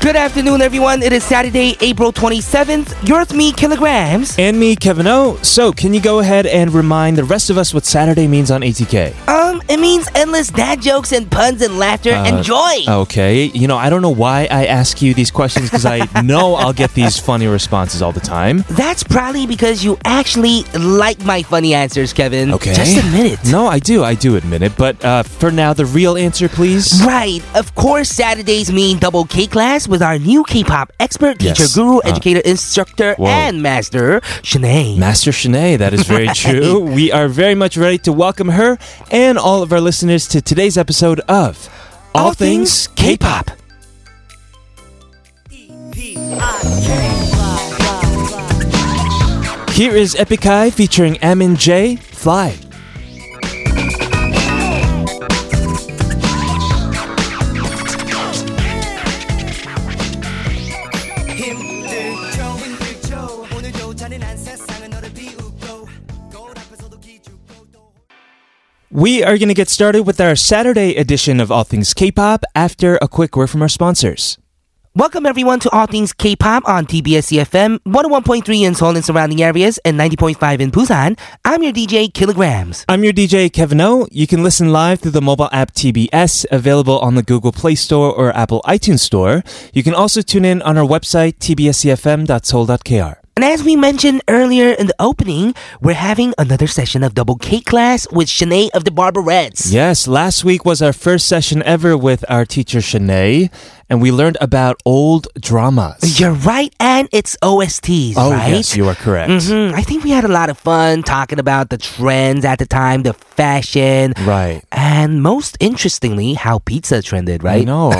Good afternoon, everyone. It is Saturday, April 27th. You're with me, Kilograms. And me, Kevin O. So, can you go ahead and remind the rest of us what Saturday means on ATK? Um, it means endless dad jokes and puns and laughter Uh, and joy. oh. Okay. You know, I don't know why I ask you these questions because I know I'll get these funny responses all the time. That's probably because you actually like my funny answers, Kevin. Okay. Just admit it. No, I do. I do admit it. But uh, for now, the real answer, please. Right. Of course, Saturdays mean double K class with our new K pop expert, teacher, Yes. guru, Uh. educator, instructor, Whoa. and master, Shanae. Master Shanae, that is very true. We are very much ready to welcome her and all of our listeners to today's episode of All Things K-Pop. Here is Epikai featuring Amin J. Fly. We are going to get started with our Saturday edition of All Things K-Pop after a quick word from our sponsors. Welcome everyone to All Things K-Pop on TBS CFM, 101.3 in Seoul and surrounding areas, and 90.5 in Busan. I'm your DJ, Kilograms. I'm your DJ Kevin O. You can listen live through the mobile app TBS, available on the Google Play Store or Apple iTunes Store. You can also tune in on our website tbscfm.soul.kr. And as we mentioned earlier in the opening, we're having another session of Double K class with Shanae of the Barbarettes. Yes, last week was our first session ever with our teacher Shanae, and we learned about old dramas. You're right, and it's OSTs, oh right? yes, you are correct. Mhm. I think we had a lot of fun talking about the trends at the time, the fashion, Right. and most interestingly, how pizza trended, right? I know.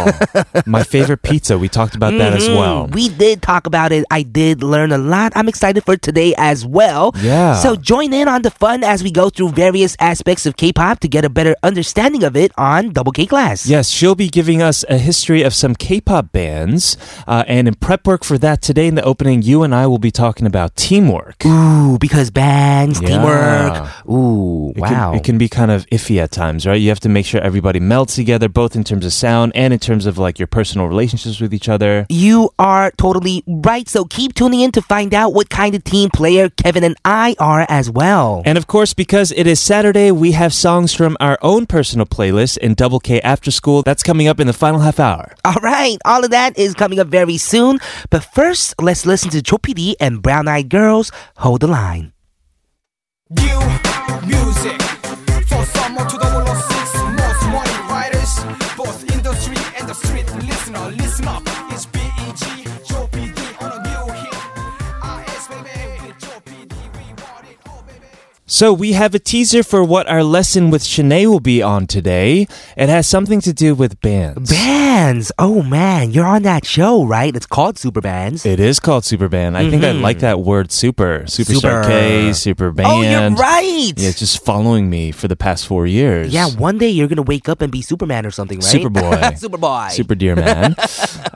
My favorite pizza. We talked about that as Mhm. well. We did talk about it. I did learn a lot. I'm excited for today as well. Yeah. So join in on the fun as we go through various aspects of K-pop to get a better understanding of it on Double K Class. Yes, she'll be giving us a history of some K-pop bands, uh, and in prep work for that today in the opening, you and I will be talking about teamwork. Ooh, because bands, Yeah. teamwork. Ooh, It wow. Can, it can be kind of iffy at times, right? You have to make sure everybody melds together, both in terms of sound and in terms of like your personal relationships with each other. You are totally right. So keep tuning in to find out what kind of team player Kevin and I are as well. And of course, because it is Saturday, we have songs from our own personal playlist in Double K After School. That's coming up in the final half hour. all right, all of that is coming up very soon. But first, let's listen to Cho PD and Brown Eyed Girls Hold the Line. New music for summer 2006 most money writers both industry and the street listener listen up it's BEG Joe PD on a new hit RS baby with Joe PD we want it all baby So we have a teaser for what our lesson with Shanae will be on today. It has something to do with bands. Bands. Oh man, you're on that show, right? It's called Super Bands. it is called Super Band. I think I like that word super. Superstar Mm-hmm. Super. K, Super Band. oh, you're right. Yeah, it's just following me for the past four years. Yeah, one day you're gonna wake up and be Superman or something, right? Superboy. Superboy. Super dear man.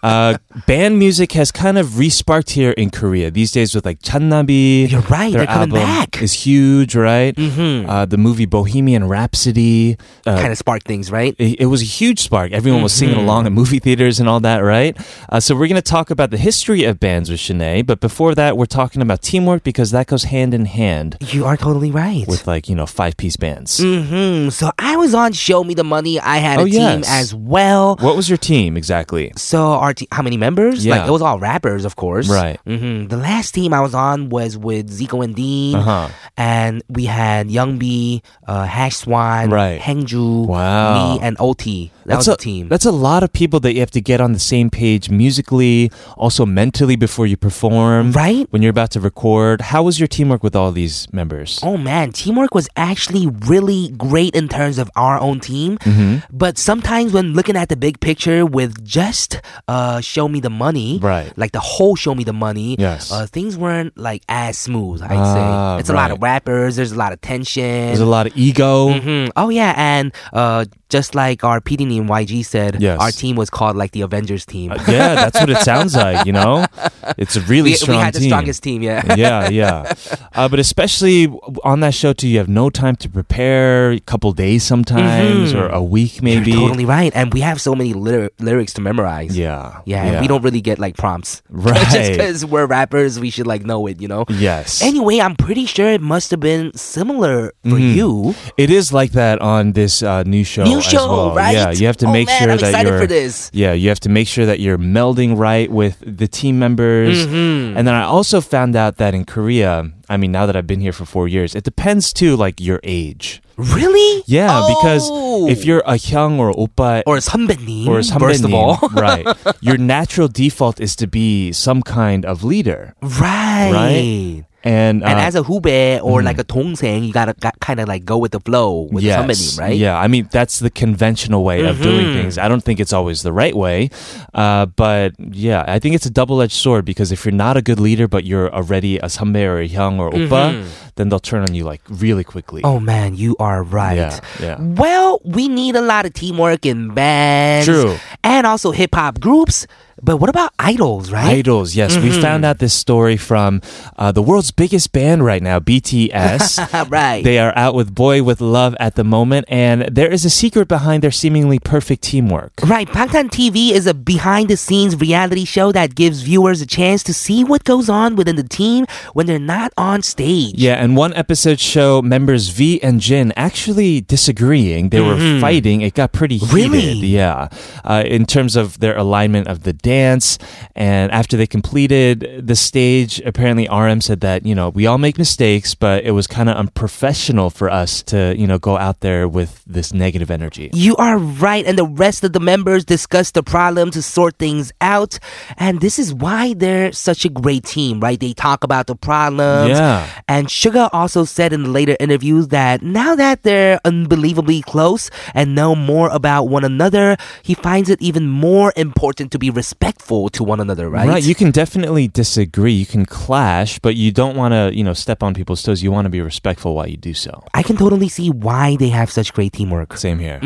uh, band music has kind of re-sparked here in Korea these days with like Channabi. You're right, Their they're coming album back. is huge, right? Mm-hmm. Uh, the movie Bohemian Rhapsody. Uh, kind of spark things, right? it, it was a huge spark. Everyone was Mm-hmm. singing along at movie theaters and all that, right? Uh, so we're going to talk about the history of bands with Shanae, but before that, we're talking about teamwork because that goes hand in hand You are totally right. with like you know five piece bands. hmm So I was on Show Me the Money. I had a Oh, team yes. as well. What was your team exactly? So our te- how many members? Yeah. Like it was all rappers, of course. Right. hmm The last team I was on was with Zico and Dean, Uh-huh. and we had Young B, uh, Hash Swan, Right. Hangju, Wow. me, and OT. That was a the team. That's a lot of people that you have to get on the same page musically, also mentally before you perform. Right? When you're about to record. How was your teamwork with all these members? Oh man, teamwork was actually really great in terms of our own team. Mm-hmm. But sometimes when looking at the big picture with just uh, show me the money, Right. Like the whole show me the money. Yes. Uh, things weren't like as smooth. I'd Ah, say it's a lot of rappers. There's a lot of tension. There's a lot of ego. Mhm. Oh yeah, and uh, just like our PD and YG said, Yes. our team was called like the Avengers team. Uh, yeah, that's what it sounds like. You know, it's a really we, we strong had the team. strongest team, yeah. yeah, yeah. Uh, but especially w- on that show too, you have no time to prepare. A couple days sometimes, or a week maybe. You're Mm-hmm. totally right. And we have so many lyri- lyrics to memorize. Yeah, Yeah, and we don't really get like prompts. Just Right. because we're rappers, we should like know it, you know? Yes. Anyway, I'm pretty sure it must have been similar for you. It is like that on this uh, new show. New Mm-hmm. as show, well. right? Yeah, you have to Oh, make man, sure I'm that excited you're. for this. Yeah, you have to make sure that you're melding right with the team members. Mm-hmm. And then I also found out that in Korea, I mean, now that I've been here for four years, it depends too, like your age. Really? Yeah, Oh. because if you're a hyung or oppa Or somebody. or Mm, First of all. right, your natural default is to be some kind of leader, right. right? And And uh, mm-hmm. as a hube or like a tongseng, you gotta kind of like go with the flow with Yes. somebody, right? Mm-hmm. Yeah, I mean that's the conventional way of doing things. I don't think it's always the right way, uh, but yeah, I think it's a double-edged sword because if you're not a good leader but you're already a 선배 or a hyung or oppa, then they'll turn on you like really quickly. Mm-hmm. Oh man, you are right. Yeah, yeah. Well, we need a lot of teamwork in bands. True. And also hip hop groups. But what about idols, right? Mm-hmm. Idols, yes. We found out this story from uh, the world's biggest band right now, BTS. right. They are out with Boy with Love at the moment, and there is a secret behind their seemingly perfect teamwork. Right, Bangtan TV is a behind the scenes reality show that gives viewers a chance to see what goes on within the team when they're not on stage. Yeah, and one episode show members V and Jin actually disagreeing. They were fighting. It got pretty heated. Mm-hmm. Really? Yeah, uh, in terms of their alignment of the dance. And after they completed the stage, apparently RM said that you know we all make mistakes, but it was kind of unprofessional for us to you know go out there with this negative energy. You are right, and the rest of the members discuss the problem to sort things out. And this is why they're such a great team, right? They talk about the problems. Yeah. And Sugar also said in later interviews that now that they're unbelievably close and know more about one another, he finds it even more important to be respectful to one another, right? You can definitely disagree. You can clash, but you don't want to, you know, step on people's toes. You want to be respectful while you do so. I can totally see why they have such great teamwork. Same here.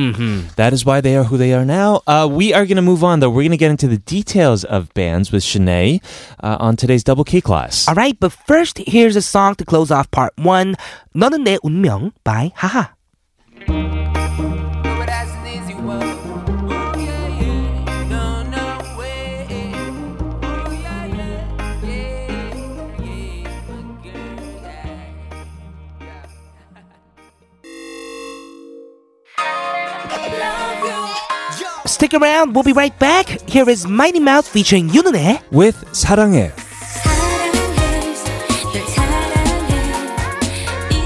That is why they are who they are now. Uh, we are going to move on, though. We're going to get into the details of bands with Shanae uh, on today's Double Key class. All right, but first, here's a song to close off part one. 너는 내 운명 by Haha. But that's an easy one. Oh yeah, yeah. No, no way. Oh yeah, yeah. Yeah, yeah. My girl, yeah. Stick around, we'll be right back. Here is Mighty Mouse featuring Yunune. With 사랑해. 사랑해 널 사랑해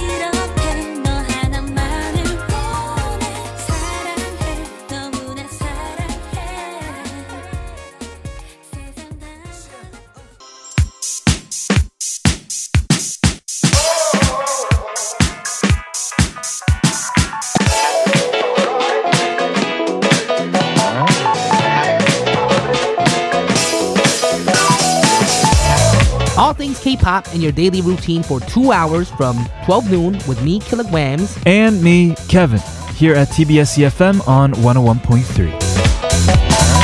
이렇게 너 하나만을 원해 사랑해 너무나 사랑해 세상 다 All things K-pop in your daily routine for two hours from 12 noon with me, Kilograms. and me, Kevin, here at TBS EFM on 101.3.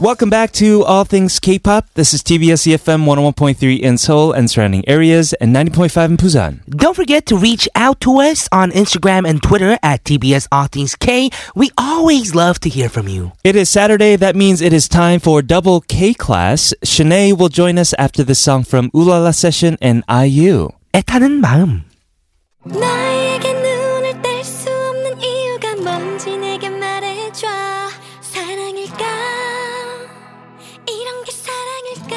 Welcome back to All Things K-Pop. This is TBS EFM 101.3 in Seoul and surrounding areas and 90.5 in Busan. Don't forget to reach out to us on Instagram and Twitter at TBS All Things K. We always love to hear from you. It is Saturday. That means it is time for Double K class. Shanae will join us after the song from Ulala Session and IU. 애타는 마음. 나에게 눈을 뗄 수 없는 이유가 뭔지 내게 말해줘 사랑일까 이런 게 사랑일까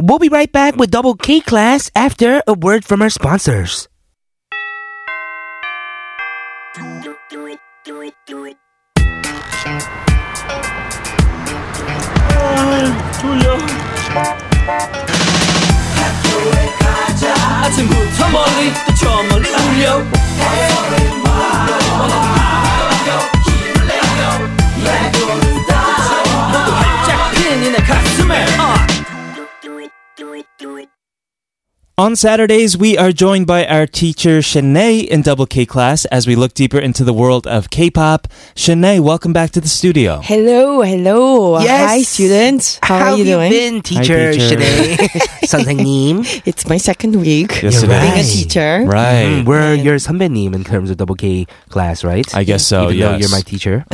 We'll be right back with Double K Class after a word from our sponsors. 아침부터 멀리 또 저 멀리 울려 Oh, On Saturdays, we are joined by our teacher Shanae in Double K class as we look deeper into the world of K-pop. Shanae, welcome back to the studio. Hello, hello. Yes. Hi, students. How, are have you doing? been, teacher, teacher. Shanae? 선생님. It's my second week Yes, You're it being a right. is. teacher. Right. Mm, we're your 선배님 in terms of double K class, right? I guess so. Even though yes. you're my teacher.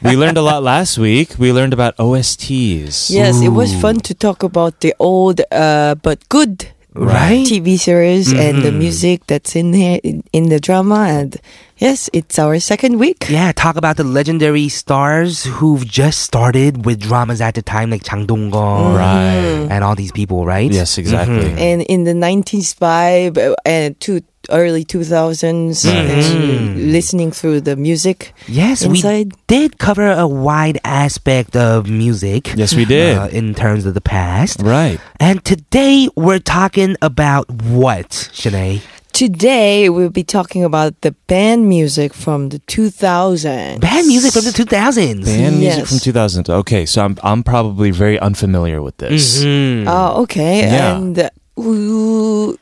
we learned a lot last week. We learned about OSTs. Yes, it was fun to talk about the old uh, but good Right? TV series and the Mm-hmm. music that's in here in, in the drama. And yes, it's our second week. Yeah, talk about the legendary stars who've just started with dramas at the time, like Chang Dong Mm-hmm. Right. and all these people, right? Yes, exactly. Mm-hmm. And in the 90s vibe uh, and to early 2000s, Mm-hmm. and listening through the music. Yes, Inside. we did cover a wide aspect of music. Yes, we did. uh, in terms of the past. Right. And today we're talking about what, Shanae? Today, we'll be talking about the band music from the 2000s. Band music from the 2000s. Band music Yes. from 2000. Okay, so I'm I'm probably very unfamiliar with this. Mhm. Oh, okay. Mm. Yeah. And uh, who,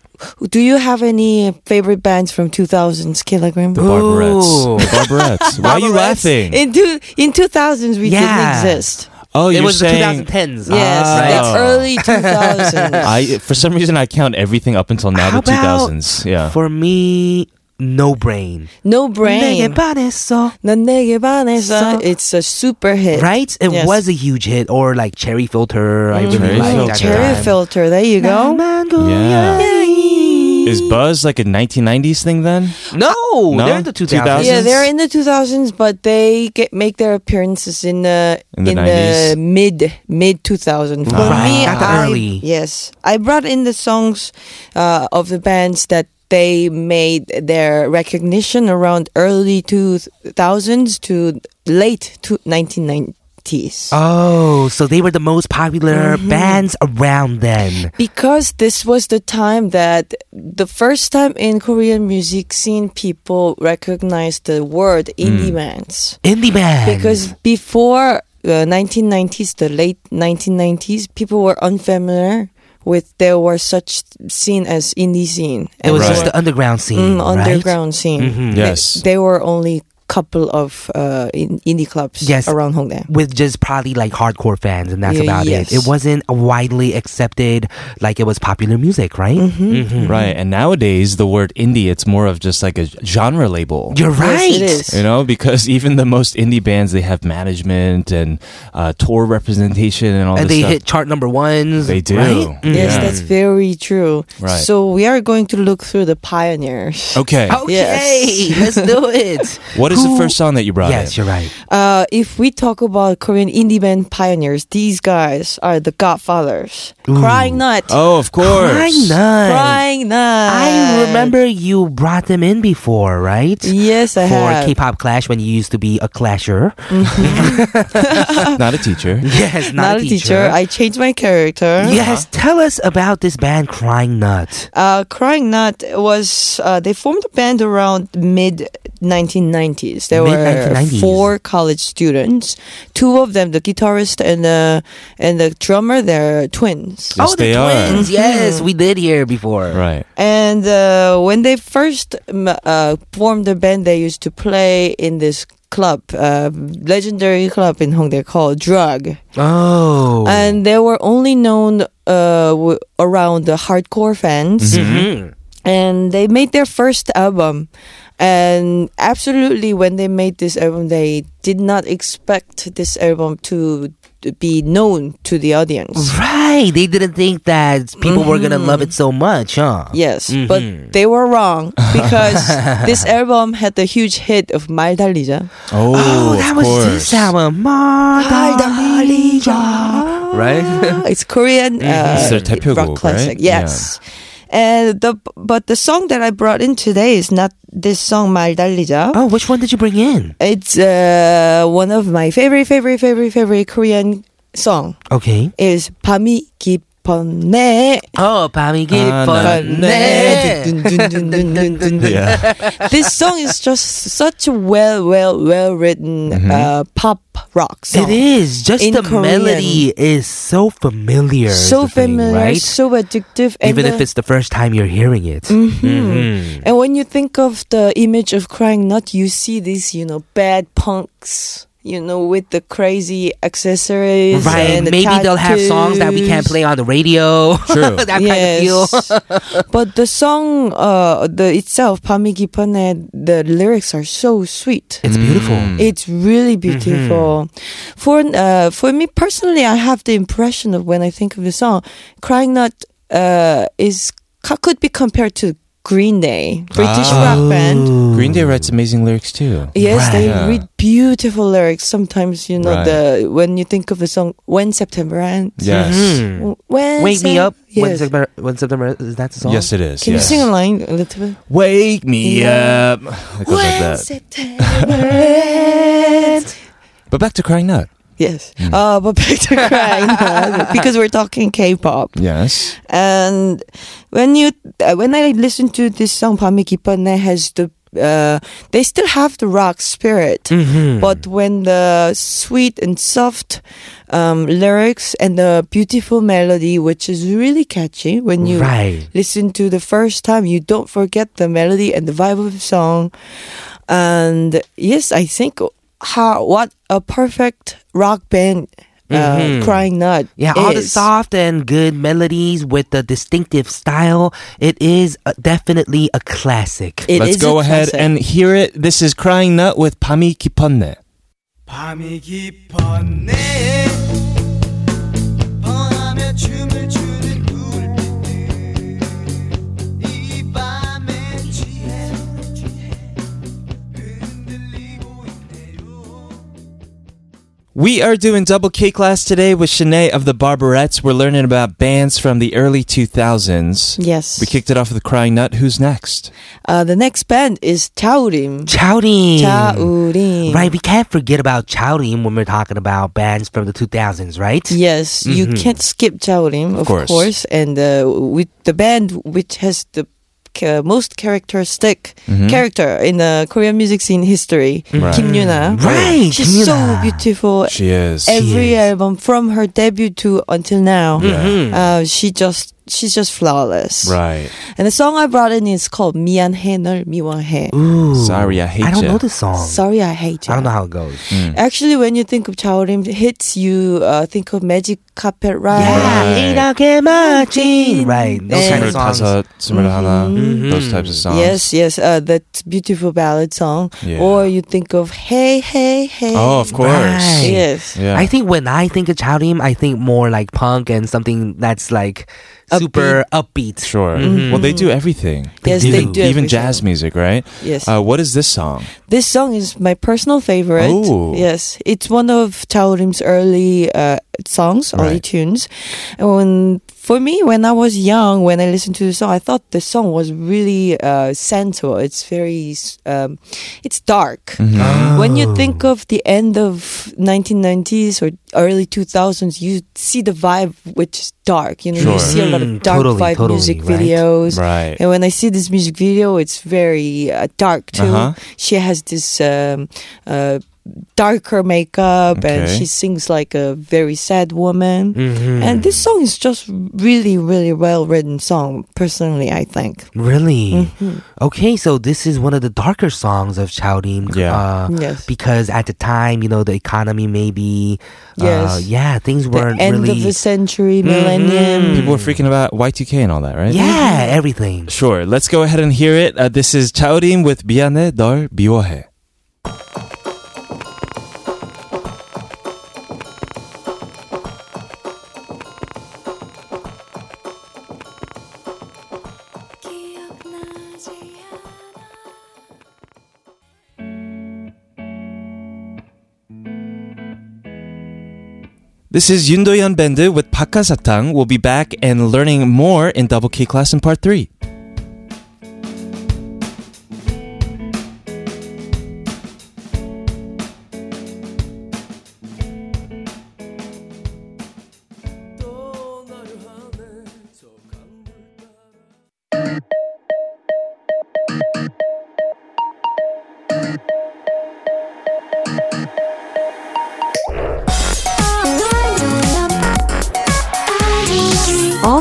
do you have any favorite bands from 2000s, Kilogram? The Barbarettes. Ooh. The Barbarettes. Why are you laughing? In, two, in 2000s, we Yeah. didn't exist. oh, it you're was the saying 2010s. Yes, Ah. that's Right. early 2000s. I for some reason I count everything up until now How the 2000s. Yeah. about for me, no brain. no Brain. 내게 반했어. 난 내게 반해서. So- It's a super hit. Right? It Yes. was a huge hit. Or like Cherry Filter. I really Cherry like Like that. Cherry time. Filter. There you go. 나만 고양이. Is Buzz like a 1990s thing then? No, No? they're in the 2000s. Yeah, they're in the 2000s, but they get make their appearances in the In the mid mid 2000s. For Right, me, not the I- early. Yes, I brought in the songs uh, of the bands that they made their recognition around early 2000s to late to 1990s. Oh, so they were the most popular Mm-hmm. bands around then. because this was the time that the first time in Korean music scene people recognized the word indie bands. Indie bands. because before the 1990s the late 1990s people were unfamiliar with there were such scene as indie scene it was Right. Mm-hmm. just the underground scene. Mm, right? underground scene Yes. they were only couple of uh, in, indie clubs Yes. around Hongdae With just probably like hardcore fans, and that's Yeah, about yes. it. It wasn't widely accepted like it was popular music, right? Mm-hmm. Right. And nowadays the word indie it's more of just like a genre label. You're right. yes, it is You know, because even the most indie bands, they have management and uh, tour representation and all and this they hit stuff. chart number ones. They do. Right? yes Yeah. that's very true Mm-hmm. Right. Oh. so we are going to look through the pioneers Okay. Okay, Yes. let's do it. what is the Who- first song that you brought yes, in? you're right. uh, if we talk about Korean indie band pioneers these guys are the godfathers crying nut Oh, of course. Crying Nut. Crying Nut. I remember you brought them in before, right? Yes, I For have. K-pop Clash when you used to be a clasher. Not a teacher. Yes, not, Not, a teacher. I changed my character. Uh-huh. yes, tell us about this band Crying Nut. Uh, Crying Nut was uh, they formed a band around mid 1990s. There were Mid-1990s. four college students. Two of them, the guitarist and the and the drummer, they're twins. Yes, oh, the they are. twins. Mm-hmm. Yes, we did hear before. Right. And uh, when they first um, uh, formed the band, they used to play in this club, uh, legendary club in Hongdae called Drug. Oh. and they were only known uh, w- around the hardcore fans Mhm. and they made their first album and absolutely when they made this album they did not expect this album to be known to the audience Right. They didn't think that people were going to love Mm-hmm. it so much, huh? yes but they were wrong because this album had the huge hit of 말 달리자 Oh, Oh, of that was course. this album. 말 Madalija. 달리자. Right? it's Korean Mm-hmm. uh, It's their 대표곡, rock classic. right? Yes. And the but the song that I brought in today is not this song 말 달리자. Oh, which one did you bring in? It's uh, one of my favorite favorite favorite favorite Korean song Okay. is 밤이 깊었네. 어 밤이 깊었네. yeah. this song is just such a well, well, well written uh, pop rock song. Mm-hmm. It is just In the Korean. melody is so familiar. is so the thing, familiar, right? so Mm-hmm. addictive. And Even the- if it's the first time you're hearing it. Mhm. and when you think of the image of crying nut, you see these, you know, bad punks. You know, with the crazy accessories, Right, And the maybe they'll have songs that we can't play tattoos. on the radio. True. that kind of feel. but the song, uh, the itself, Pamigi Pane, the lyrics are so sweet. It's beautiful. Mm. Mm-hmm. It's really beautiful. For uh, for me personally, I have the impression of when I think of the song, "Crying Nut" uh, is co- could be compared to Green Day, British Ah. rock band. Green Day writes amazing lyrics too. Yes, they Oh, Right. read beautiful lyrics. Sometimes you know Right. the when you think of the song "When September Ends." Yes. Mhm. When Wake me Sep- up when Yes. September. When September is that the song? Yes, it is. Can yes. you sing a line a little bit? Wake me Yeah. up. It goes like that. September But back to Crying Nut. Yes. Mm. Uh, but back to crying Nut, because we're talking K-pop. Yes. And when you uh, when I listen to this song, Pamikipane has the uh, they still have the rock spirit, Mm-hmm. but when the sweet and soft um, lyrics and the beautiful melody, which is really catchy, when you Right. listen to the first time, you don't forget the melody and the vibe of the song. And yes, I think how what a perfect rock band, uh, Crying Nut. Mm-hmm. Yeah, all the is. soft and good melodies with the distinctive style. It is uh definitely a classic. It Let's is go a ahead classic. and hear it. This is Crying Nut with Pami Kiponne. 밤이 깊었네 밤에 춤을 추는 불빛들 이 밤에 취해 흔들리고 있네요 We are doing double K class today with Shanae of the Barberettes. We're learning about bands from the early 2000s. Yes. We kicked it off with Crying Nut. Who's next? Uh, the next band is Taurim. Chowding. Taurim. Right, we can't forget about Chowding when we're talking about bands from the 2000s, right? Yes, you can't skip Taurim, of, course. and uh, with the band which has the ca- most characteristic character in the Korean music scene history, Right. Kim Yuna. Right, she's Kim so Yuna. beautiful. She is. Every is. album from her debut to until now, Mhm. uh, she just she's just flawless. Right. And the song I brought in is called "미안해 널 미워해." Ooh. Sorry, I hate I don't ya. Mm. know this song. Sorry, I hate you. I don't know how it goes. Mm-hmm. Actually, when you think of Chaorim hits, you uh, think of Magic Carpet Ride. Yeah, 이렇게 멋진. Right, those kind of songs. Taza, Sumerhana, Mhm. those types of songs. Mm-hmm. Yes, yes, uh, that beautiful ballad song. Yeah. Or you think of Hey, Hey, Hey. Oh, of course. Right. Yes. Yeah. I think when I think of Chowding, I think more like punk and something that's like super upbeat. Sure. Well, they do everything. Yes, Mm-hmm. they even, do Even everything. jazz music, right? Yes. Uh, what is this song? this song is my personal favorite. Oh. Yes, it's one of Chaorim's early uh, songs, Right. early tunes. And when, for me, when I was young, when I listened to the song, I thought the song was really uh, sensual. It's very, um, it's dark. Mm-hmm. When you think of the end of 1990s or early 2000s, you see the vibe which is dark. You know, Sure. you see a lot Mm, of dark totally, vibe totally, music right. videos. Right. And when I see this music video, it's very uh, dark too. Uh-huh. She has this um, uh, darker makeup and Okay. Hmm. she sings like a very sad woman. Mhm. And this song is just really, really well written song, personally, I think. Really? Mm-hmm. Okay, so this is one of the darker songs of Chowding. Yeah. Uh, Yes. Because at the time, you know, the economy maybe. Uh, Yes. yeah, things The weren't end really. of the century, Mm-hmm. millennium. People were freaking about Y2K and all that, right? yeah, Mm-hmm. everything. Sure. Let's go ahead and hear it. Uh, this is Chaorim with Biane Dor Biwohe. 기억나지 않아 This is Yundoyeon Bende with Pakasatang. We'll be back and learning more in Double K class in part three. 또 너를 하네 things. All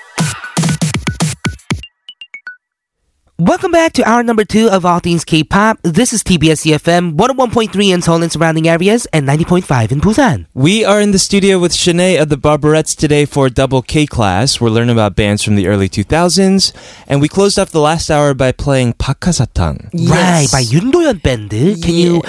Welcome back to our number two of All Things K-Pop. This is TBS EFM, 101.3 in Seoul and surrounding areas, and 90.5 in Busan. We are in the studio with Shanae of the Barberettes today for Double K class. We're learning about bands from the early 2000s. And we closed off the last hour by playing Pakasatang. Right, Yes. by Yun Do-yeon Band. Can you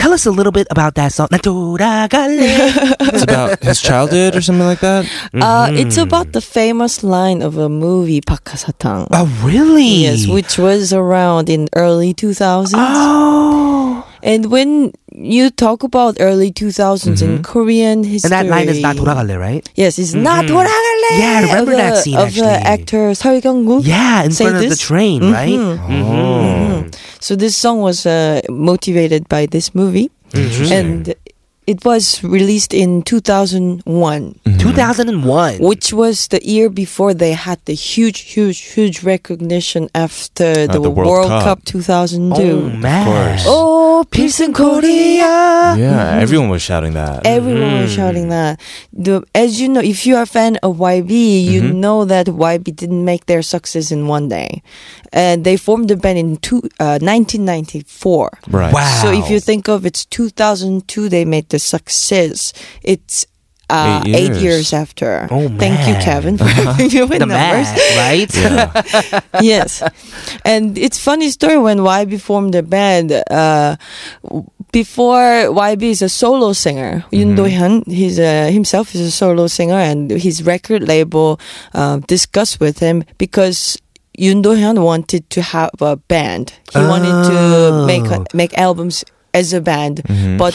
tell us a little bit about that song? 나 돌아갈래. It's about his childhood or something like that. Uh, it's about the famous line of a movie, Pakasatang. oh, really? Yes, which was around in early 2000s. Ah, Oh. And when you talk about early 2000s in Korean Mm-hmm. And history. that line is 나 돌아갈래, right? Yes, it's not Mhm. 돌아갈래. Yeah, I remember of that the- scene, Of the actually. actor Seo Kyung-gu. Yeah, in Say front of the this? Mm-hmm. train, right? Oh. So this song was uh, motivated by this movie. And it was released in 2001, Mm-hmm. 2001. which was the year before they had the huge, huge, huge recognition after the, the World Cup. Cup. 2002. Oh, man. course. Oh, Pilsen Uh, Korea. Yeah, mm-hmm. everyone was shouting that. Eh, Everyone was shouting that. The, as you know, if you are a fan of YB, you Mm-hmm. know that YB didn't make their success in one day. And they formed the band in two, uh, 1994. Right. Wow. So if you think of it's 2002, they made the success. It's uh, Eight eight, years. years. after. Oh, Thank you, man. Kevin, for giving you the the numbers. math, right? yes. And it's funny story when YB formed the band. Uh, w- before YB is a solo singer, Yoon Do-hyun, he's a, himself is a solo singer, and his record label uh, discussed with him because Yoon Do-hyun wanted to have a band. He wanted Oh. to make make albums as a band, but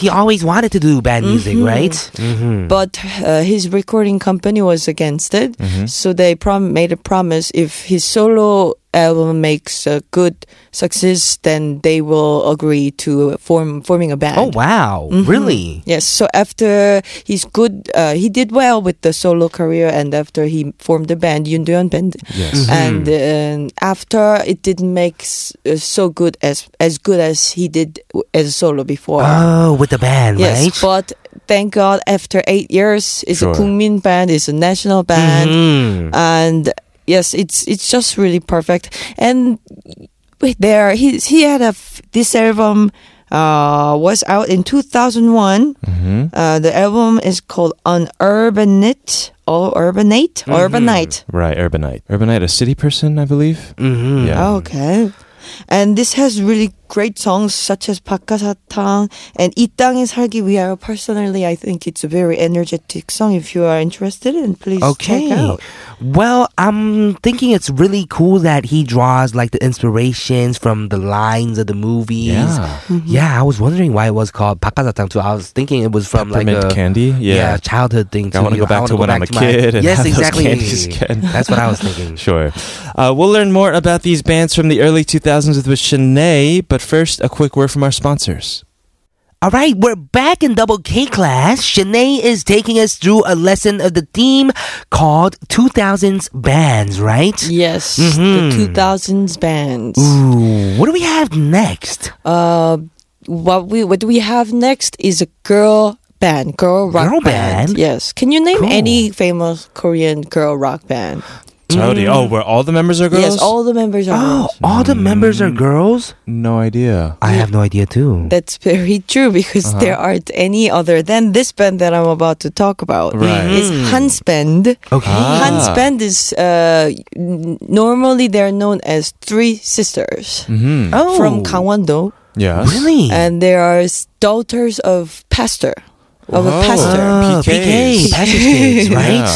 He always wanted to do band music, Mm-hmm. right? Mm-hmm. but Mm-hmm. uh, his recording company was against it. So they prom- made a promise if his solo album makes a good success, then they will agree to form forming a band. Oh, wow. Mm-hmm. Really? Yes, so after he's good, uh, he did well with the solo career, and after he formed the band, Yunduyeon Band, Yes. and, and uh, after it didn't make s- uh, so good as as good as he did w- as a solo before. Oh, with the band, Yes, right? but thank God after eight years, it's Sure. a Kungmin band, it's a national band, Mhm. and yes, it's it's just really perfect. And there, he he had a f- this album uh, was out in two thousand one. Mm-hmm. Uh, the album is called Unurbanate or Urbanate Mm-hmm. Urbanite. Right, Urbanite. Urbanite, a city person, I believe. Mm-hmm. Yeah. Oh, Okay. And this has really great songs such as Pakasatang and 이 땅에 살기 위하여. Personally, I think it's a very energetic song. If you are interested in, please Okay. check out. Well, I'm thinking it's really cool that he draws like the inspirations from the lines of the movies. Yeah. Mm-hmm. Yeah, I was wondering why it was called Pakasatang too. I was thinking it was from like Peppermint a candy? Yeah. childhood thing. too. I want to You know, go back wanna to when I'm a my- kid. And yes, have those exactly. candies again. That's what I was thinking. Sure. Uh, we'll learn more about these bands from the early 2000s with Shanae, but first, a quick word from our sponsors. All right, we're back in double K class. Shanae is taking us through a lesson of the theme called 2000s bands, right? Yes, Mhm. the 2000s bands. Ooh, what do we have next? Uh, what we what we have next is a girl band, girl rock Girl band? Yes. Can you name Cool. any famous Korean girl rock band? Totally. Oh, where all the members are girls? Yes, all the members are. Oh, girls. all the members are girls? Mm. no idea. I have no idea too. That's very true because Uh-huh. there aren't any other than this band that I'm about to talk about. Right. It's Hans Band. Okay. Ah. Hans Band is uh, n- normally they're known as three sisters Mm-hmm. Oh. from Gangwon-do, Yes. Really? and they are s- daughters of pastor of Oh. a pastor. Ah, PKs. PKs. Passage kids, right?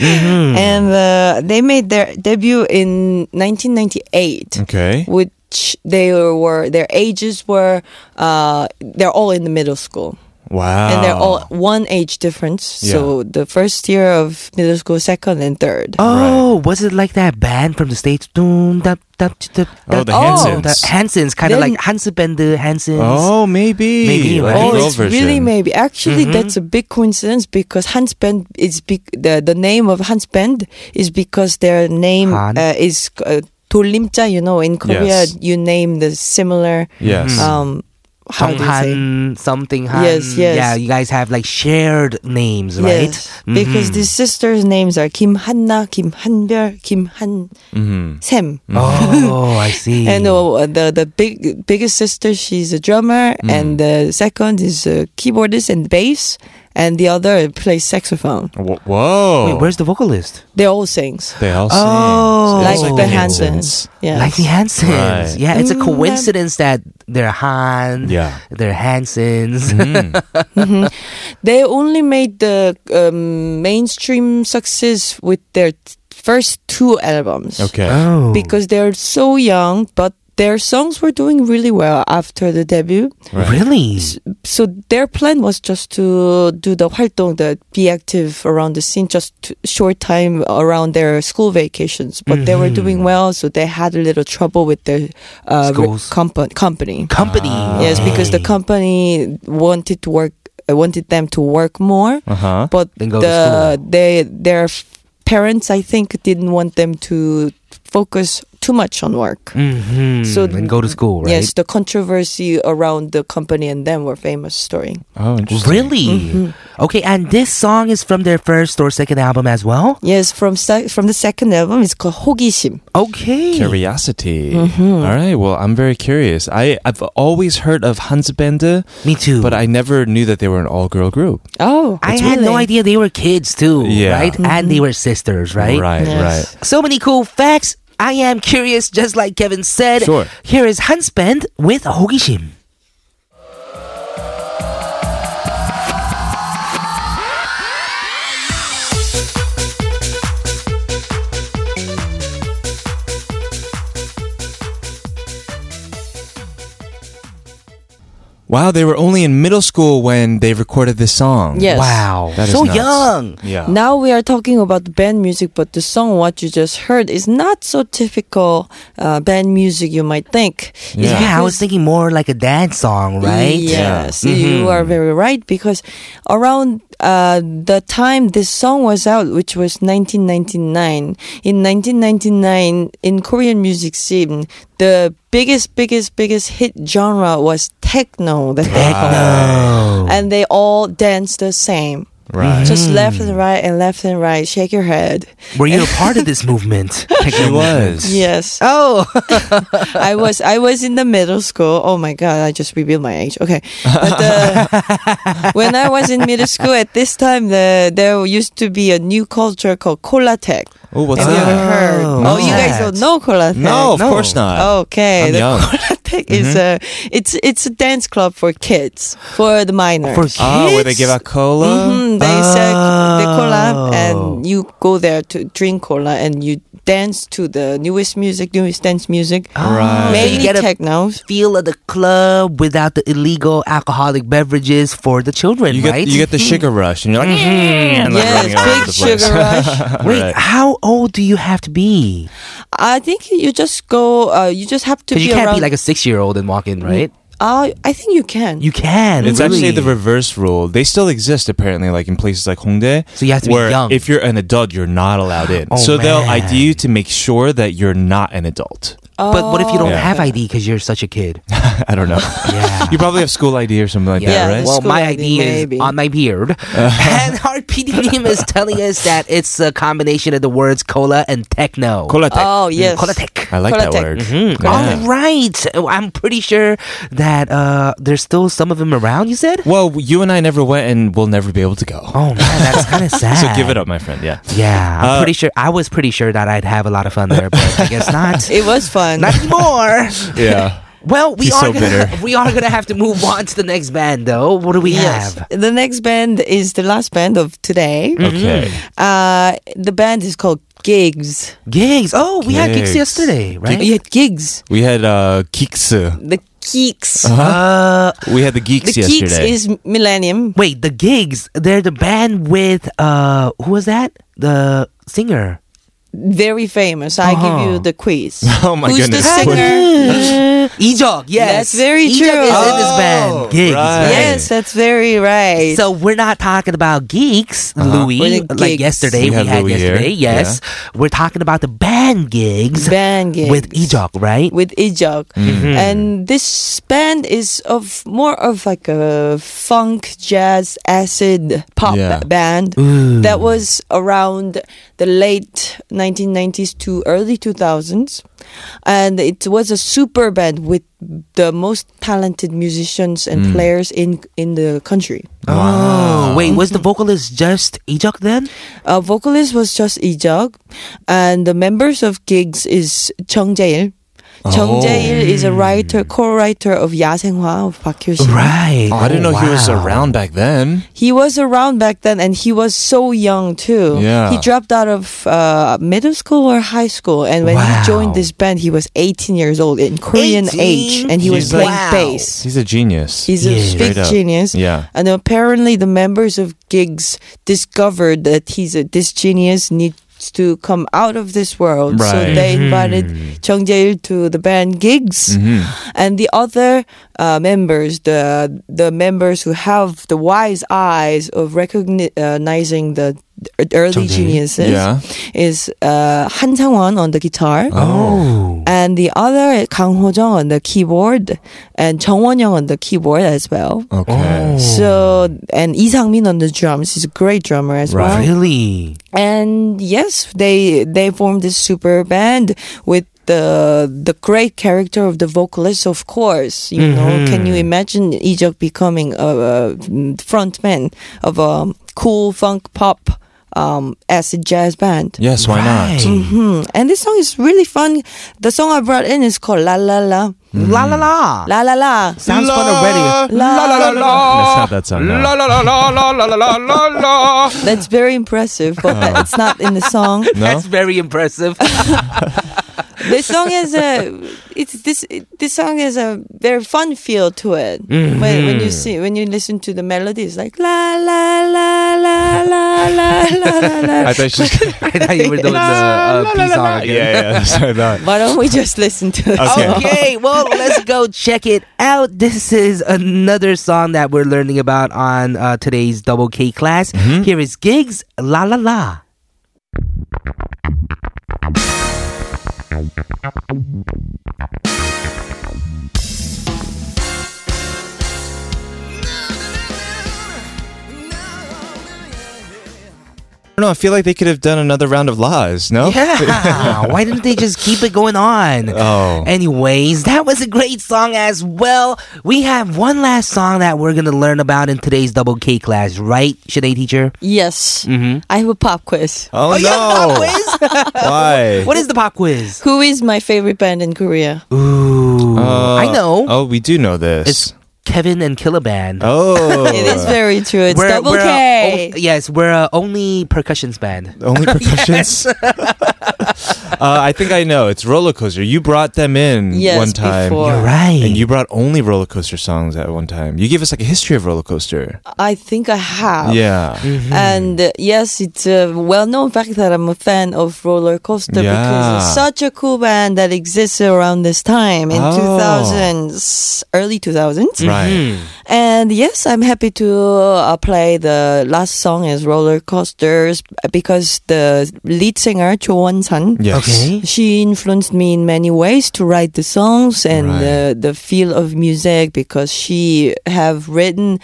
Yeah. And uh, they made their debut in 1998, Okay. which they were their ages were uh, they're all in the middle school. Wow. and they're all Um, one age difference. So the first year of middle school, second and third. Oh, was it like that band from the States? Dun, da, da, da, da, Oh, the da- Hansons. The Hansons, kind of Then- like Hanson Band, the Hansons. Oh, maybe. Maybe, right? like the Oh, girl it's version. really maybe. Actually, Mm-hmm. that's a big coincidence because Hans Band is big. The, the name of Hans Band is because their name Han. uh, is uh, Tolimcha. You know, in Korea, Yes. you name the similar. Yes. Um, how do you say? Hmm. Han, something Han. Yes, yes. Yeah, you guys have like shared names, right? Mm. Mm-hmm. Yes, because these sisters' names are Kim Hanna, Kim Hanbyeol, Kim Han Mhm. Sem. Oh, I see. And uh, the the big biggest sister, she's a drummer, and the second is a keyboardist and bass, and the other plays saxophone. Wh- Whoa. Wait, where's the vocalist? They all sings. They all Oh. sing. like It's Oh. the Hansons. Yeah. Like the Hansons. Right. Yeah, it's a Mm, coincidence that they're Han, Yeah. they're Hansons. Mm. they only made the um, mainstream success with their t- first two albums Okay. Oh. because they're so young, but their songs were doing really well after the debut. Right. Really? So their plan was just to do the 활동, the be active around the scene, just to, short time around their school vacations. But they were Mm-hmm. doing well, so they had a little trouble with their uh, re- Schools. Ah. compa- company. Company. Yes, because Hey. the company wanted to work, uh, wanted them to work more, Uh huh. but Uh-huh. Then go to the they their f- parents, I think, didn't want them to focus too much on work. hmm So- and go to school, right? Yes, the controversy around the company and them were famous story. Oh, interesting. Mm-hmm. Really? Okay, and this song is from their first or second album as well? Yes, from se- from the second album, it's called 호기심. Mm-hmm. Okay. Curiosity. All right. Well, I'm very curious. I I've always heard of Hansbende, Me too. but I never knew that they were an all girl group. Oh, I had no idea they were kids too, Yeah. Mm-hmm. right? And they were sisters, right? Right. Yes. Right. So many cool facts. I am curious, just like Kevin said. Sure. Here is Hans Band with Hogishim. Wow. They were only in middle school when they recorded this song. Yes. Wow. That is so nuts. young. Yeah. Now we are talking about band music, but the song what you just heard is not so typical uh, band music you might think. It's Yeah. I was because- thinking more like a dance song, right? Yes, Mm-hmm. you are very right because around uh, the time this song was out, which was 1999, in 1999 in Korean music scene, the biggest, biggest, biggest hit genre was techno. The Techno. and they all danced the same. Right. Mm. Just left and right and left and right. Shake your head. Were you a part of this movement? She was. Yes. Oh, I was I was in the middle school. Oh my god, I just revealed my age. Okay, but uh, when I was in middle school at this time, the, there used to be a new culture called Colatech. Oh, what's Have you ever that? heard? Oh, what's you guys that? don't know Colatech? No, of No. course not. Okay, I'm the young. Mm-hmm. Colatech is a it's it's a dance club for kids for the minors. for kids. Oh, where they give out cola. Mhm, they sell the Oh. cola and you go there to drink cola and you dance to the newest music, newest dance music. Right. So you Mainly get a techno. feel of the club without the illegal alcoholic beverages for the children, You get right? you get the sugar rush, and you're like, "Yeah," and like running all over Mm-hmm. yes, the big place. sugar rush. Wait, Right. how old do you have to be? I think you just go. Uh, you just have to Because be you can't around. be like a six-year-old and walk in, right? uh, I think you can. You can. It's really. actually the reverse rule. They still exist apparently, like in places like Hongdae. So you have to be where young. If you're an adult, you're not allowed in. Oh, so they'll man. ID you to make sure that you're not an adult. But what if you don't Yeah. have ID because you're such a kid? I don't know. Yeah. you probably have school ID or something like Yeah, that, right? that's- Well, school my ID, ID is maybe. on my beard. and our PD name is telling us that it's a combination of the words cola and techno. Mm, Kolatech. oh yes. Cola tech. I like that Kolatech. word. Mhm. Yeah. All right. Oh, I'm pretty sure that uh, there's still some of them around, you said? Well, you and I never went, and we'll never be able to go. Oh, man, that's kind of sad. So give it up, my friend. Yeah. Yeah, I'm Uh, pretty sure. I was pretty sure that I'd have a lot of fun there, but I guess not. It was fun. not anymore. Yeah. Well, we He's are so gonna, bitter. we are gonna have to move on to the next band, though. What do we Yes. have? The Mm. Mm-hmm. next band is the last band of today. okay. Uh, the band is called gigs. Gigs. Oh, we had gigs Gigs. yesterday, right? We had gigs. We had uh, geeks. uh, The geeks. Uh-huh. Uh, We had the geeks the geeks Oh, yesterday. is Millennium. wait, the gigs. They're the band with uh, who was that? The singer. Very famous. I give you the quiz. Uh-huh. oh my Who's goodness! the singer? Ejog. Yes, That's very Ejog true. is in this Oh, band. Gigs. right. yes. Yes, that's very right. So we're not talking about geeks, We're Louis, the like gigs. yesterday We we, have had Louis here. yesterday. Yes, we're talking about the band gigs band gigs. with Ejok, right? with Ijok. Mm-hmm. And this band is of more of like a funk, jazz, acid pop Yeah. band that was around the late 1990s to early 2000s. And it was a super band with the most talented musicians Mm. and players in in the country. Oh, wait, was the vocalist just Ejok then? Uh, vocalist was just Ijok, and the members of gigs is Chung Jae-il. Oh. Chung Jae-il is a writer, co-writer of 야생화 of Park Hyo-shin. Right. I didn't know Oh, he was wow. around back then. He was around back then, and he was so young too. Yeah. He dropped out of uh, middle school or high school, and when Wow. he joined this band, he was 18 years old in Korean 18? age, and he He's was playing like- Wow. bass. He's a genius. He's Yeah. a big Straight up. genius. Yeah. And apparently, the members of Gigs discovered that he's a, this genius needs to come out of this world. So Right. Mm-hmm. they invited Chung Jae-il to the band Gigs, and the other uh, members, the the members who have the wise eyes of recognizing the early geniuses, Yeah. is uh, Han Sang-won on the guitar. Oh. And the other Kang Ho Jung on the keyboard and Cheng Won Young on the keyboard as well. Oh. Okay. So and Lee Sang Min on the drums. He's a great drummer as well. Really? And yes, they they formed this super band with the the great character of the vocalist, of course. You know, can you imagine Ijeok becoming a, a frontman of a cool funk pop um, acid jazz band? Yes, why not? Right. Hmm. And this song is really fun. The song I brought in is called La La La. La la la. La La La. Sounds fun already. La La La. That's not that song. No. That's very impressive, but Oh. it's not in the song. no? That's very impressive. this song has a it's this this song has a very fun feel to it when, when Mm-hmm. you see when you listen to the melody it's like la la la la la la la la la I thought she was. I thought you were doing the uh, peace song yeah, again. yeah. That's what I thought. why don't we just listen to it Okay. Okay, well, let's go check it out. This is another song that we're learning about on uh, today's Double K class. Mm-hmm. Here is Gigs La La La. No, I feel like they could have done another round of laws. No. Yeah, why didn't they just keep it going on? Oh. Anyways, that was a great song as well. We have one last song that we're going to learn about in today's Double K class, right, Sinead teacher? yes Mm-hmm. I have a pop quiz Oh, you have a no! pop quiz? Why? what is the pop quiz? who is my favorite band in Korea Ooh, Uh, I know. Oh, we do know this. It's Kevin and Killaban. oh, it is very true it's We're- double we're a- K o- yes, we're a only percussions band. only percussions. uh, I think I know. It's roller coaster. You brought them in Yes, one time, before. You're right. and you brought only roller coaster songs at one time. You gave us like a history of roller coaster. I think I have yeah. And uh, yes, it's a well known fact that I'm a fan of Roller Coaster because Yeah. it's such a cool band that exists around this time in Oh. 2000s, early 2000s. Mm-hmm. Right. And yes, I'm happy to uh, play the last song is Roller Coasters uh, because the lead singer, Cho Won Sun, Yes. Okay. she influenced me in many ways to write the songs and Right. uh, the feel of music because she have written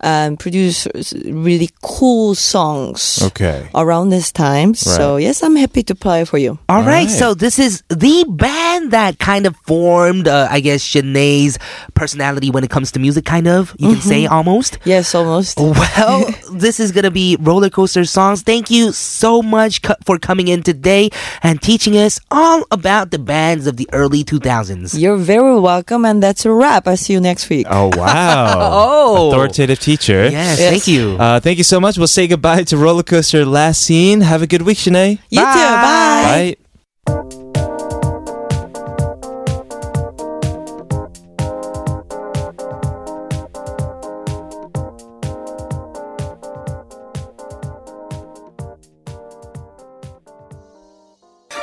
and produced really cool songs Okay. around this time. So yes, I'm happy to play for you. All right, right. so this is the band that kind of formed, uh, I guess, Shanae's personality when it comes the music, kind of, you can say almost. Yes, almost. Oh. Well, this is going to be roller coaster songs. Thank you so much co- for coming in today and teaching us all about the bands of the early 2000s. You're very welcome, and that's a wrap. I'll see you next week. Oh, wow. Oh. Authoritative teacher. Yes, Yes. thank you. Uh, thank you so much. We'll say goodbye to Roller Coaster Last Scene. Have a good week, Shanae. You too. Bye. Bye.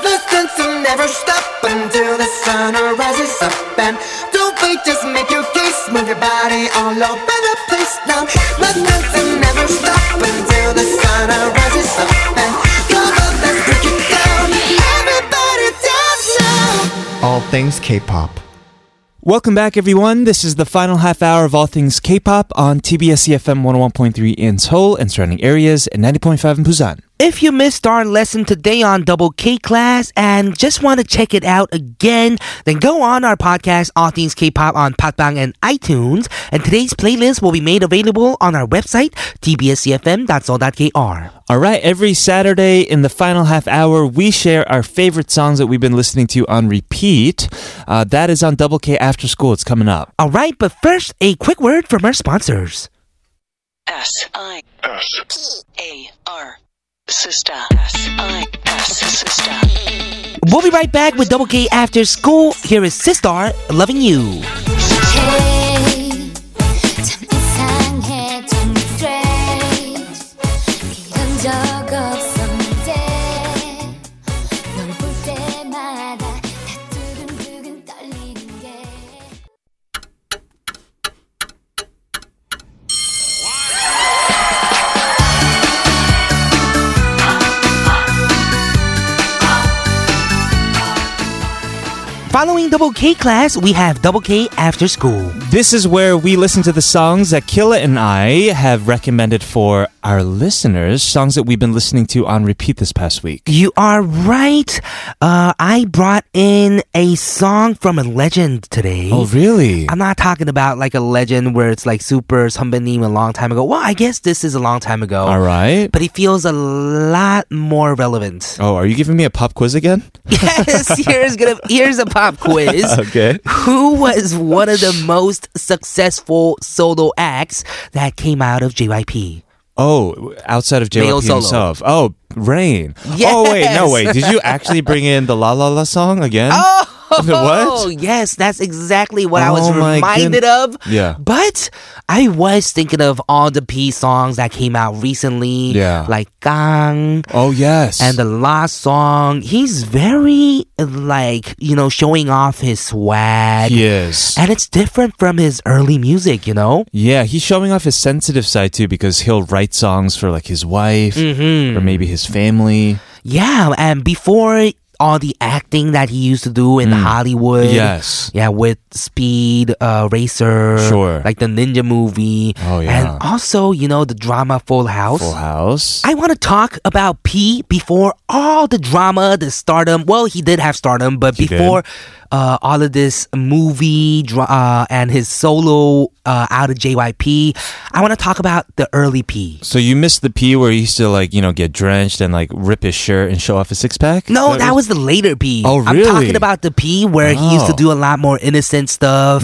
Listen to never stop until the sun rises up and don't wait, just make your case, move your body all over the place now. Listen to never stop until the sun rises up and come on, let's break it down. Everybody dance now. All things K-pop. Welcome back, everyone. This is the final half hour of all things K-pop on TBS EFM 101.3 in Seoul and surrounding areas, and 90.5 in Busan. If you missed our lesson today on Double K Class and just want to check it out again, then go on our podcast, All Things K-Pop on Patbang and iTunes. And today's playlist will be made available on our website, tbscfm.soul.kr. All right, every Saturday in the final half hour, we share our favorite songs that we've been listening to on repeat. Uh, that is on Double K After School. It's coming up. All right, but first, a quick word from our sponsors. S I S A R Sister S I S Sister We'll be right back with Double K After School. Here is Sistar, Loving You. 헤이 참 이상해 참 strange 이런 적 없었는데 널 볼 때마다 다 두근두근 떨리는 게 Following Double K Class, we have Double K After School. This is where we listen to the songs that Killa and I have recommended for our listeners, songs that we've been listening to on repeat this past week. You are right. Uh, I brought in a song from a legend today. Oh, really? I'm not talking about like a legend where it's like super somebody a long time ago. Well, I guess this is a long time ago. All right. But it feels a lot more relevant. Oh, are you giving me a pop quiz again? yes, here's gonna here's a pop quiz. Okay. Who was one of the most successful solo acts that came out of JYP? Oh, outside of Male JYP solo. himself. Oh, Rain. Oh, wait, no, wait. Did you actually bring in the La La La song again? Oh, Oh, what? yes, that's exactly what I was Oh my reminded of. Yeah. But I was thinking of all the P songs that came out recently. Yeah. Like Gang. Oh, yes. And the last song, he's very like, you know, showing off his swag. he is. And it's different from his early music, you know? Yeah, he's showing off his sensitive side too because he'll write songs for like his wife Mm-hmm. or maybe his family. Yeah, and before all the acting that he used to do in Hollywood. Hmm. Yes. Yeah, with Speed uh, Racer. Sure. Like the Ninja movie. Oh, yeah. And also, you know, the drama Full House. Full House. I want to talk about P before all the drama, the stardom. Well, he did have stardom, but He did. before uh, all of this movie dra- uh, and his solo uh, out of JYP, I want to talk about the early P. So you missed the P where he used to like, you know, get drenched and like rip his shirt and show off his six pack? No, that, was, the later P. Oh, I'm talking really? about the P where he used to Oh. Hmm. do a lot more innocent stuff,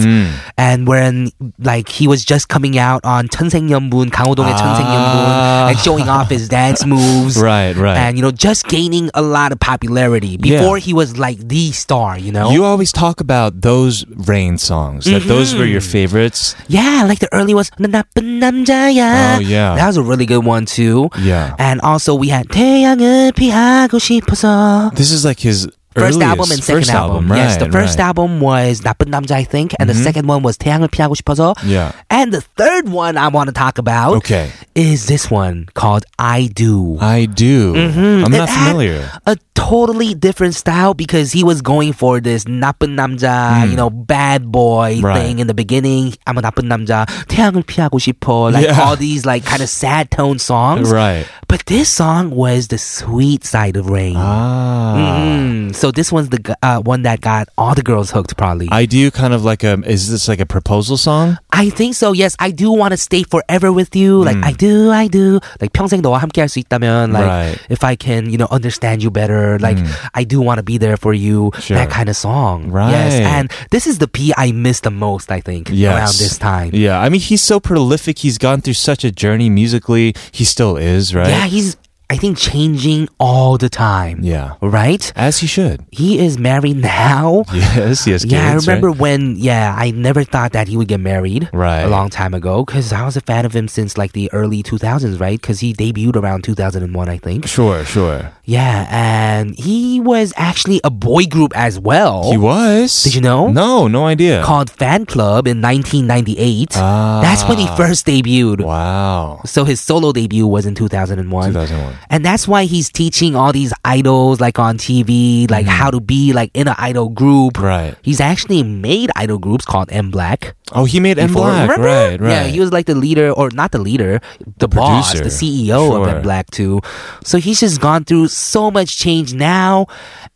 and when like he was just coming out on 천생연분, 강호동의 천생연분, and showing off his dance moves, Ah. Right, right. and you know just gaining a lot of popularity Yeah. before he was like the star, you know. You always talk about those rain songs. Mm-hmm. That those were your favorites. yeah, like the early ones. 난 나쁜 남자야. Oh, yeah. that was a really good one too. Yeah. and also we had 태양을 피하고 싶어서. This is like his First earliest- album and second first album. Right, yes, the first right. album Mm-hmm. was 나쁜 남자, I think, and the second one was 태양을 피하고 싶어서. Yeah. And the third one I want to talk about Okay. is this one called I Do. I do. I'm Mm-hmm. It not had familiar. A totally different style because he was going for this 나쁜 남자, you know, bad boy Mm. Right. thing in the beginning. I'm a 나쁜 남자, 태양을 피하고 싶어, like Yeah. all these like kind of sad tone songs. Right. But this song was the sweet side of rain. Ah. Mm, So this one's the g- uh, one that got all the girls hooked, probably. I, I do kind of like a. Is this like a proposal song? think so. Yes, I do want to stay forever with you. Mm. Like I do, I do. Like 평생 너와 함께할 수 있다면. Like Right. Mm. if I can, you know, understand you better. Like I do want to be there for you. Sure. That kind of song. Yes, Right. and this is the P I miss the most. I think Yes. around this time. Yeah, I mean he's so prolific. He's gone through such a journey musically. He still is, right? Yeah, he's I think changing all the time. Yeah. Right. As he should. He is married now. Yes, yes. Yeah, I kids, right? remember when. Yeah, I never thought that he would get married. Right. a long time ago because I was a fan of him since like the early 2000s, right? Because he debuted around 2001, I think. Sure, sure. Yeah, and he was actually a boy group as well. He was. Oh. Did you know? No, no idea. Called Fan Club in 1998. Ah. That's when he first debuted. Wow. So his solo debut was in 2001. 2001. And that's why he's teaching all these idols like on TV, like how to be like in an idol group. Hmm. Right. He's actually made idol groups called M Black. Oh, he made M before. Black. Remember? Right, right. Yeah, he was like the leader, or not the leader, the, boss, the producer. CEO of Sure. Red Black too. So he's just gone through so much change now,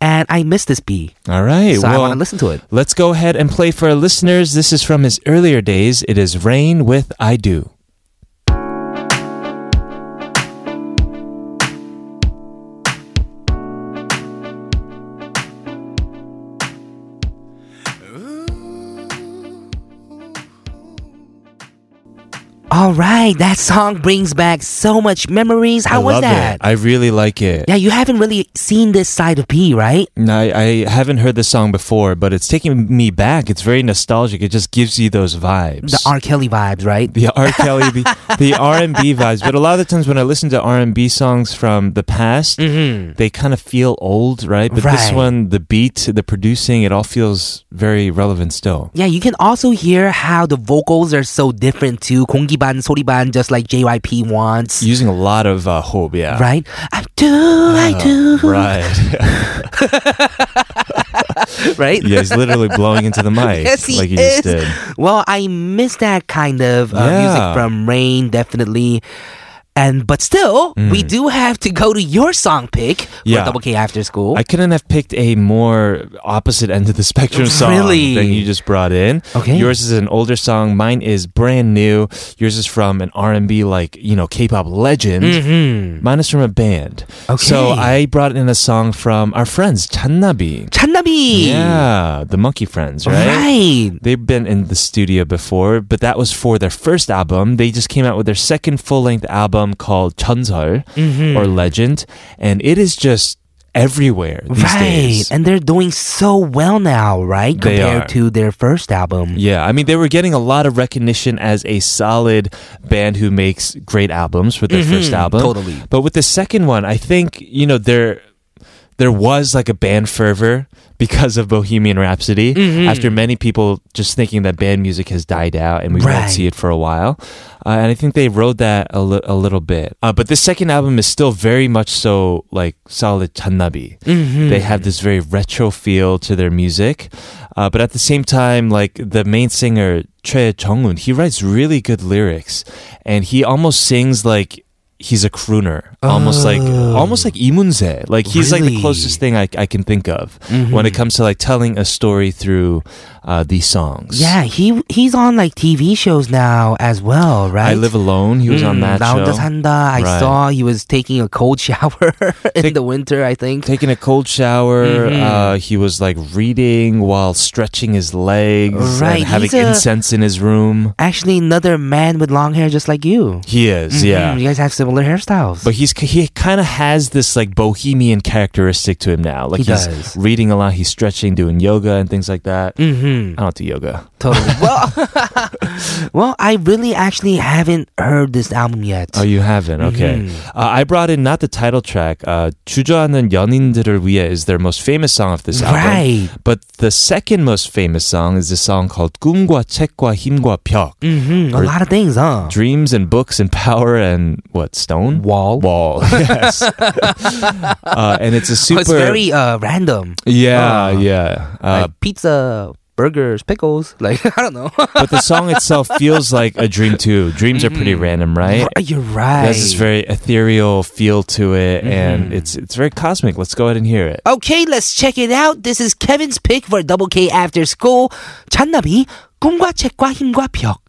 and I miss this B. All right. so I well, want to listen to it. Let's go ahead and play for our listeners. This is from his earlier days. It is Rain with I Do. All right, that song brings back so much memories. How I was love that? It. I really like it. yeah, you haven't really seen this side of P, right? No, I, I haven't heard this song before, but it's taking me back. It's very nostalgic. It just gives you those vibes. The R. Kelly vibes, right? the R. Kelly, the, the R&B vibes. But a lot of the times when I listen to R&B songs from the past, they kind of feel old, right? But this Mm-hmm. Right. one, the beat, the producing, it all feels very relevant still. Yeah, you can also hear how the vocals are so different too. 공기반, 소리반, just like JYP wants. Using a lot of uh, hope, yeah. Right? I do, I do. Right. Right? yeah, he's literally blowing into the mic Yes, he like you is. just did. Well, I miss that kind of uh, music Yeah. from Rain, definitely. And but still, we do have to go to your song pick for Mm. Yeah. Double K After School. I couldn't have picked a more opposite end of the spectrum song Really? than you just brought in. Okay. Yours is an older song. Mine is brand new. Yours is from an R&B like, you know, K-pop legend. Mm-hmm. Mine is from a band. Okay. So I brought in a song from our friends, Channabi. Channabi. Yeah, the Monkey Friends, Right. They've been in the studio before, but that was for their first album. They just came out with their second full length album called Chunzol Mm-hmm. or Legend, and it is just everywhere these Right. days. And they're doing so well now, right? They Compared are. to their first album. yeah, I mean, they were getting a lot of recognition as a solid band who makes great albums with their first album. Mm-hmm. totally. But with the second one, I think, you know, there There was like a band fervor because of Bohemian Rhapsody. After many people just thinking that band music has died out and we Right. won't see it for a while, uh, and I think they rode that a, li- a little bit. Uh, but this second album is still very much so like solid Tannabi. Mm-hmm. Hmm. They have this very retro feel to their music, uh, but at the same time, like the main singer Choi Jong-un, he writes really good lyrics, and he almost sings like. He's a crooner, almost like almost like Imunze. Like he's like Oh. Really? Mm-hmm. the closest thing I, I can think of when it comes to like telling a story through uh, these songs. Yeah, he he's on like TV shows now as well, right? I Live Alone. He was on Mm, that 나 혼자 show. 산다. I Right. saw he was taking a cold shower in Take- the winter, I think. Taking a cold shower, Mm-hmm. uh, he was like reading while stretching his legs Right, and having he's a- incense in his room. Actually, another man with long hair just like you. He is, Mm, yeah. you guys have similar hairstyles. But he's he kind of has this like bohemian characteristic to him now. Like He he's does. reading a lot, he's stretching, doing yoga and things like that. hmm I don't do yoga. Totally. well, well, I really actually haven't heard this album yet. Oh, you haven't? Mm-hmm. Okay. Uh, I brought in not the title track. Uh, 주저하는 연인들을 위해 is their most famous song of this album. Right. But the second most famous song is a song called 꿈과 책과 힘과 벽. hmm A lot of things, huh? Dreams and books and power and what stone Wall. wall yes uh, and it's a super Oh, It's very uh, random. yeah Uh, yeah uh, like pizza, burgers, pickles. Like I don't know. but the song itself feels like a dream too. Dreams are pretty random, right? You're Mm-hmm. right. There's this very ethereal feel to Mm-hmm. it, and it's it's very cosmic. Let's go ahead and hear it. Okay, let's check it out. This is Kevin's pick for Double K After School. 잔나비 꿈과 책과 힘과 벽.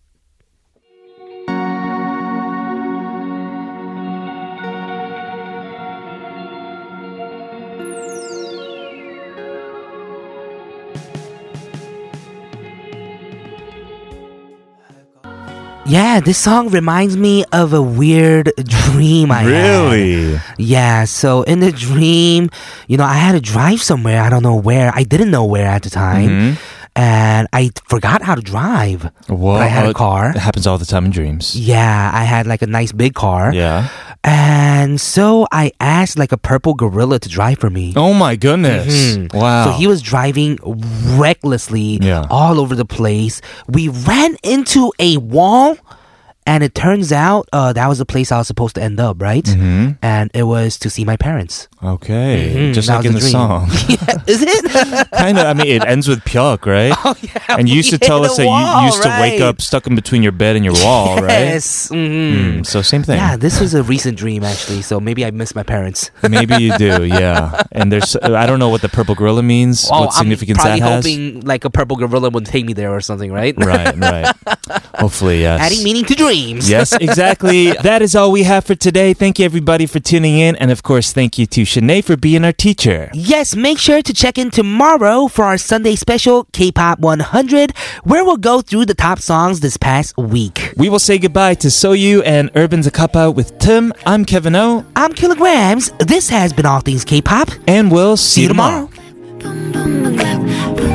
Yeah, this song reminds me of a weird dream I had. Yeah, so in the dream, you know, I had to drive somewhere. I don't know where. I didn't know where at the time. Mm-hmm. And I forgot how to drive. Hmm? Well, But I had a car. It happens all the time in dreams. Yeah, I had like a nice big car. Yeah. Mm-hmm. And so I asked like a purple gorilla to drive for me. Oh my goodness! Mhm. Wow. So he was driving recklessly Yeah. all over the place. We ran into a wall, and it turns out uh, that was the place I was supposed to end up, right? Mm-hmm. And it was to see my parents. okay, Mhm, just that was like in the dream. song. Yeah, is it? kind of. I mean, it ends with pyok, right? oh, yeah. and you used to we tell hit us a that wall, you used to wake right. up stuck in between your bed and your wall, right? Yes. mhm. Mm, so same thing. Yeah, this was a recent dream actually, so maybe I missed my parents. Maybe you do, yeah. And there's, I don't know what the purple gorilla means, Oh, what significance I'm probably that has. hoping like a purple gorilla would take me there or something, right? Right, right. Hopefully, yes. Adding meaning to dreams. Yes, exactly. that is all we have for today. Thank you, everybody, for tuning in. And of course, thank you to Shanae for being our teacher. Yes, make sure to check in tomorrow for our Sunday special, K Pop 100, where we'll go through the top songs this past week. We will say goodbye to Soyu and Urban Zacapa with Tim. I'm Kevin O, I'm Kilograms. This has been All Things K Pop. and we'll see, you tomorrow. Boom boom boom clap, boom